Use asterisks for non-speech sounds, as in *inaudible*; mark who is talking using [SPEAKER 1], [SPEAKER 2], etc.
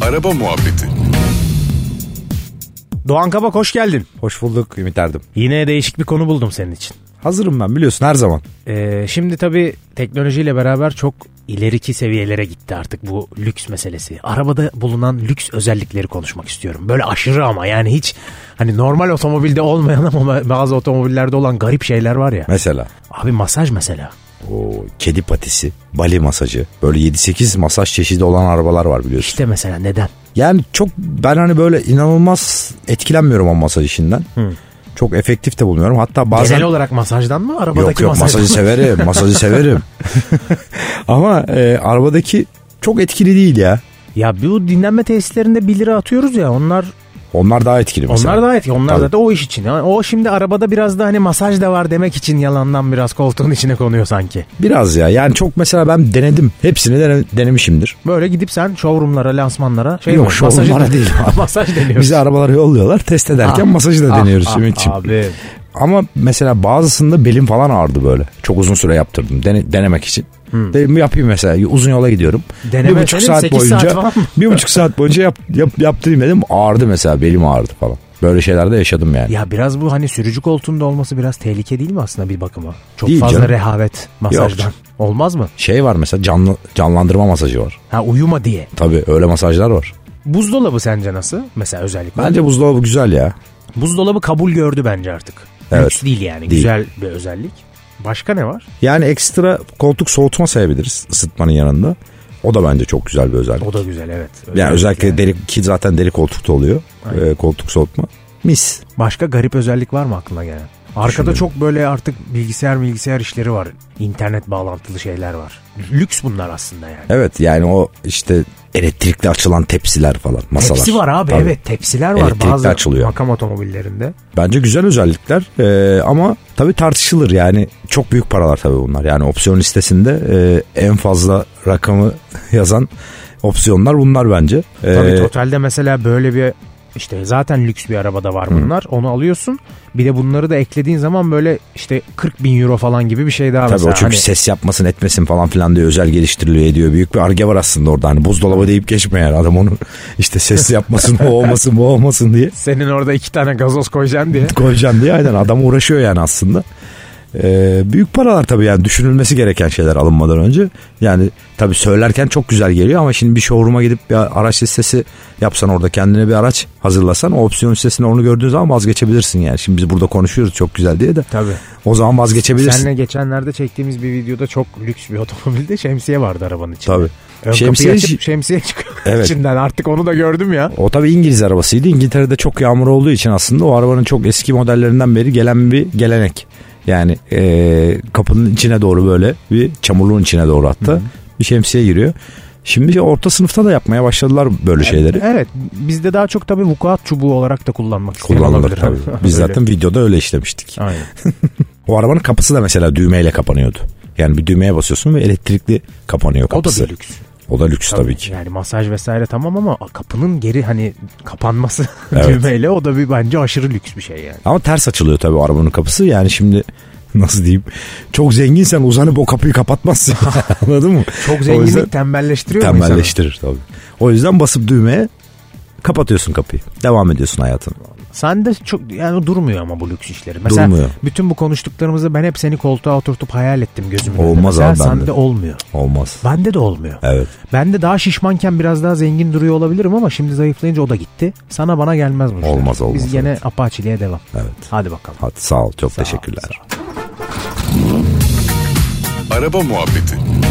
[SPEAKER 1] Araba Muhabbeti
[SPEAKER 2] Doğan Kabak hoş geldin.
[SPEAKER 3] Hoş bulduk Ümit Erdem.
[SPEAKER 2] Yine değişik bir konu buldum senin için.
[SPEAKER 3] Hazırım ben biliyorsun her zaman.
[SPEAKER 2] Ee, şimdi tabii teknolojiyle beraber çok ileriki seviyelere gitti artık bu lüks meselesi. Arabada bulunan lüks özellikleri konuşmak istiyorum. Böyle aşırı ama yani hiç hani normal otomobilde olmayan ama bazı otomobillerde olan garip şeyler var ya.
[SPEAKER 3] Mesela
[SPEAKER 2] Abi masaj mesela.
[SPEAKER 3] o kedi patisi, bali masajı. Böyle 7-8 masaj çeşidi olan arabalar var biliyorsun.
[SPEAKER 2] İşte mesela neden?
[SPEAKER 3] Yani çok ben hani böyle inanılmaz etkilenmiyorum o masaj işinden. Çok efektif de bulmuyorum. Hatta bazen...
[SPEAKER 2] Genel olarak masajdan mı arabadaki
[SPEAKER 3] Yok yok
[SPEAKER 2] masajdan
[SPEAKER 3] masajı
[SPEAKER 2] mı?
[SPEAKER 3] severim.
[SPEAKER 2] *laughs*
[SPEAKER 3] Masajı severim. Ama e, arabadaki çok etkili değil ya.
[SPEAKER 2] Ya bu dinlenme tesislerinde 1 lira atıyoruz ya onlar
[SPEAKER 3] Onlar daha etkili mesela.
[SPEAKER 2] Onlar da et. Onlar
[SPEAKER 3] Tabii.
[SPEAKER 2] zaten o iş için. Ha, O şimdi arabada biraz da hani masaj da var demek için yalandan biraz koltuğun içine konuyor sanki.
[SPEAKER 3] Biraz ya. Yani çok mesela ben denedim. Hepsini dene- denemişimdir.
[SPEAKER 2] Böyle gidip sen showroomlara, lansmanlara şey
[SPEAKER 3] Yok,
[SPEAKER 2] var,
[SPEAKER 3] showroomlara
[SPEAKER 2] masajı da-
[SPEAKER 3] *laughs* değil.
[SPEAKER 2] *laughs* masaj deniyorsun.
[SPEAKER 3] Bize arabaları yolluyorlar. Test ederken
[SPEAKER 2] Ah,
[SPEAKER 3] masajı da
[SPEAKER 2] ah,
[SPEAKER 3] deniyoruz
[SPEAKER 2] ah,
[SPEAKER 3] Ümit'ciğim.
[SPEAKER 2] Abi.
[SPEAKER 3] Ama mesela bazısında belim falan ağrıdı böyle. Çok uzun süre yaptırdım dene- denemek için.
[SPEAKER 2] Hmm.
[SPEAKER 3] Dedim yapayım mesela uzun yola gidiyorum.
[SPEAKER 2] Deneme
[SPEAKER 3] bir buçuk
[SPEAKER 2] senin
[SPEAKER 3] saat
[SPEAKER 2] sekiz
[SPEAKER 3] boyunca
[SPEAKER 2] saat falan mı?
[SPEAKER 3] bir buçuk saat boyunca yap, yap- yaptırayım dedim ağrıdı mesela belim ağrıdı falan. Böyle şeylerde yaşadım yani.
[SPEAKER 2] Ya biraz bu hani sürücü koltuğunda olması biraz tehlike değil mi aslında bir bakıma? Çok
[SPEAKER 3] Değil
[SPEAKER 2] fazla
[SPEAKER 3] canım.
[SPEAKER 2] rehavet masajdan.
[SPEAKER 3] canım.
[SPEAKER 2] Olmaz mı?
[SPEAKER 3] Şey var mesela canlı canlandırma masajı var.
[SPEAKER 2] Ha uyuma diye.
[SPEAKER 3] Tabii öyle masajlar var.
[SPEAKER 2] Buzdolabı sence nasıl? Mesela özellikle.
[SPEAKER 3] Bence buzdolabı güzel ya.
[SPEAKER 2] Buzdolabı kabul gördü bence artık.
[SPEAKER 3] Evet.
[SPEAKER 2] Lüks değil yani.
[SPEAKER 3] Değil.
[SPEAKER 2] Güzel bir özellik. Başka ne var?
[SPEAKER 3] Yani ekstra koltuk soğutma sayabiliriz ısıtmanın yanında. O da bence çok güzel bir özellik.
[SPEAKER 2] O da güzel evet.
[SPEAKER 3] Yani özellikle deri ki zaten deri koltukta oluyor. Ee, koltuk soğutma. Mis.
[SPEAKER 2] Başka garip özellik var mı aklına gelen? Arkada
[SPEAKER 3] Düşünüyorum.
[SPEAKER 2] çok böyle artık bilgisayar bilgisayar işleri var. İnternet bağlantılı şeyler var. Lüks bunlar aslında yani.
[SPEAKER 3] Evet yani o işte elektrikli açılan tepsiler falan masalar.
[SPEAKER 2] Tepsi var abi
[SPEAKER 3] Tabii.
[SPEAKER 2] evet tepsiler var
[SPEAKER 3] Elektrikli
[SPEAKER 2] bazı
[SPEAKER 3] açılıyor.
[SPEAKER 2] makam otomobillerinde.
[SPEAKER 3] Bence güzel özellikler Ee, ama tabii tartışılır yani çok büyük paralar tabii bunlar. Yani opsiyon listesinde e, en fazla rakamı *laughs* yazan opsiyonlar bunlar bence. Ee,
[SPEAKER 2] Tabii otelde mesela böyle bir işte zaten lüks bir arabada var bunlar. Onu alıyorsun. Bir de bunları da eklediğin zaman böyle işte 40 bin euro falan gibi bir şey daha
[SPEAKER 3] Tabii
[SPEAKER 2] mesela.
[SPEAKER 3] o çünkü
[SPEAKER 2] Hani-
[SPEAKER 3] ses yapmasın etmesin falan filan diye özel geliştiriliyor ediyor. Büyük bir arge var aslında orada. Hani buzdolabı deyip geçme yani adam onu *laughs* işte ses yapmasın o olmasın bu olmasın diye
[SPEAKER 2] senin orada iki tane gazoz koyacaksın diye.
[SPEAKER 3] *laughs* koyacağım diye aynen adam uğraşıyor yani aslında. Ee, büyük paralar tabii yani düşünülmesi gereken şeyler alınmadan önce. Yani tabii söylerken çok güzel geliyor ama şimdi bir showroom'a gidip bir araç listesi yapsan orada kendine bir araç hazırlasan o opsiyon listesine onu gördüğün zaman vazgeçebilirsin yani. Şimdi biz burada konuşuyoruz çok güzel diye de
[SPEAKER 2] Tabii.
[SPEAKER 3] o zaman vazgeçebilirsin.
[SPEAKER 2] Senle geçenlerde çektiğimiz bir videoda çok lüks bir otomobilde şemsiye vardı arabanın içinde.
[SPEAKER 3] Tabii.
[SPEAKER 2] Ön şemsiye
[SPEAKER 3] Şemsiye-
[SPEAKER 2] açıp şemsiye *laughs* çıkıyor
[SPEAKER 3] Evet.
[SPEAKER 2] içinden artık onu da gördüm ya.
[SPEAKER 3] O tabii İngiliz arabasıydı. İngiltere'de çok yağmur olduğu için aslında o arabanın çok eski modellerinden beri gelen bir gelenek. Yani eee, kapının içine doğru böyle bir çamurluğun içine doğru hatta bir şemsiye giriyor. Şimdi orta sınıfta da yapmaya başladılar böyle şeyleri.
[SPEAKER 2] Evet bizde daha çok tabii vukuat çubuğu olarak da kullanmak isteyen
[SPEAKER 3] Kullanılır
[SPEAKER 2] olabilir. *laughs*
[SPEAKER 3] tabii. Biz
[SPEAKER 2] Öyle.
[SPEAKER 3] zaten videoda öyle işlemiştik.
[SPEAKER 2] Aynen.
[SPEAKER 3] O arabanın kapısı da mesela düğmeyle kapanıyordu. Yani bir düğmeye basıyorsun ve elektrikli kapanıyor
[SPEAKER 2] O da
[SPEAKER 3] kapısı.
[SPEAKER 2] bir lüks.
[SPEAKER 3] O da lüks tabii, ki.
[SPEAKER 2] Yani masaj vesaire tamam ama kapının geri hani kapanması *laughs*
[SPEAKER 3] Evet.
[SPEAKER 2] düğmeyle o da bir bence aşırı lüks bir şey yani.
[SPEAKER 3] Ama ters açılıyor tabii o arabanın kapısı. Yani şimdi *laughs* nasıl diyeyim? Çok zenginsen uzanıp o kapıyı kapatmazsın. Anladın mı?
[SPEAKER 2] Çok
[SPEAKER 3] O yüzden
[SPEAKER 2] zenginlik tembelleştiriyor mu insanı?
[SPEAKER 3] tembelleştirir tabii. O yüzden basıp düğmeye kapatıyorsun kapıyı. Devam ediyorsun hayatına.
[SPEAKER 2] Sen de çok yani durmuyor ama bu lüks işleri. Mesela
[SPEAKER 3] Durmuyor.
[SPEAKER 2] bütün bu konuştuklarımızı ben hep seni koltuğa oturtup hayal ettim gözümün önünde.
[SPEAKER 3] Olmaz
[SPEAKER 2] Mesela
[SPEAKER 3] abi bende.
[SPEAKER 2] sende olmuyor.
[SPEAKER 3] Olmaz.
[SPEAKER 2] Bende de olmuyor.
[SPEAKER 3] Evet.
[SPEAKER 2] Ben de daha şişmanken biraz daha zengin duruyor olabilirim ama şimdi zayıflayınca o da gitti. Sana bana gelmez bu. işler.
[SPEAKER 3] Olmaz, olmaz,
[SPEAKER 2] Biz gene apaçiliğe devam.
[SPEAKER 3] Evet.
[SPEAKER 2] Hadi bakalım.
[SPEAKER 3] Hadi sağ ol. Çok
[SPEAKER 2] Sağ ol,
[SPEAKER 3] teşekkürler.
[SPEAKER 2] sağ ol.
[SPEAKER 1] Araba Muhabbeti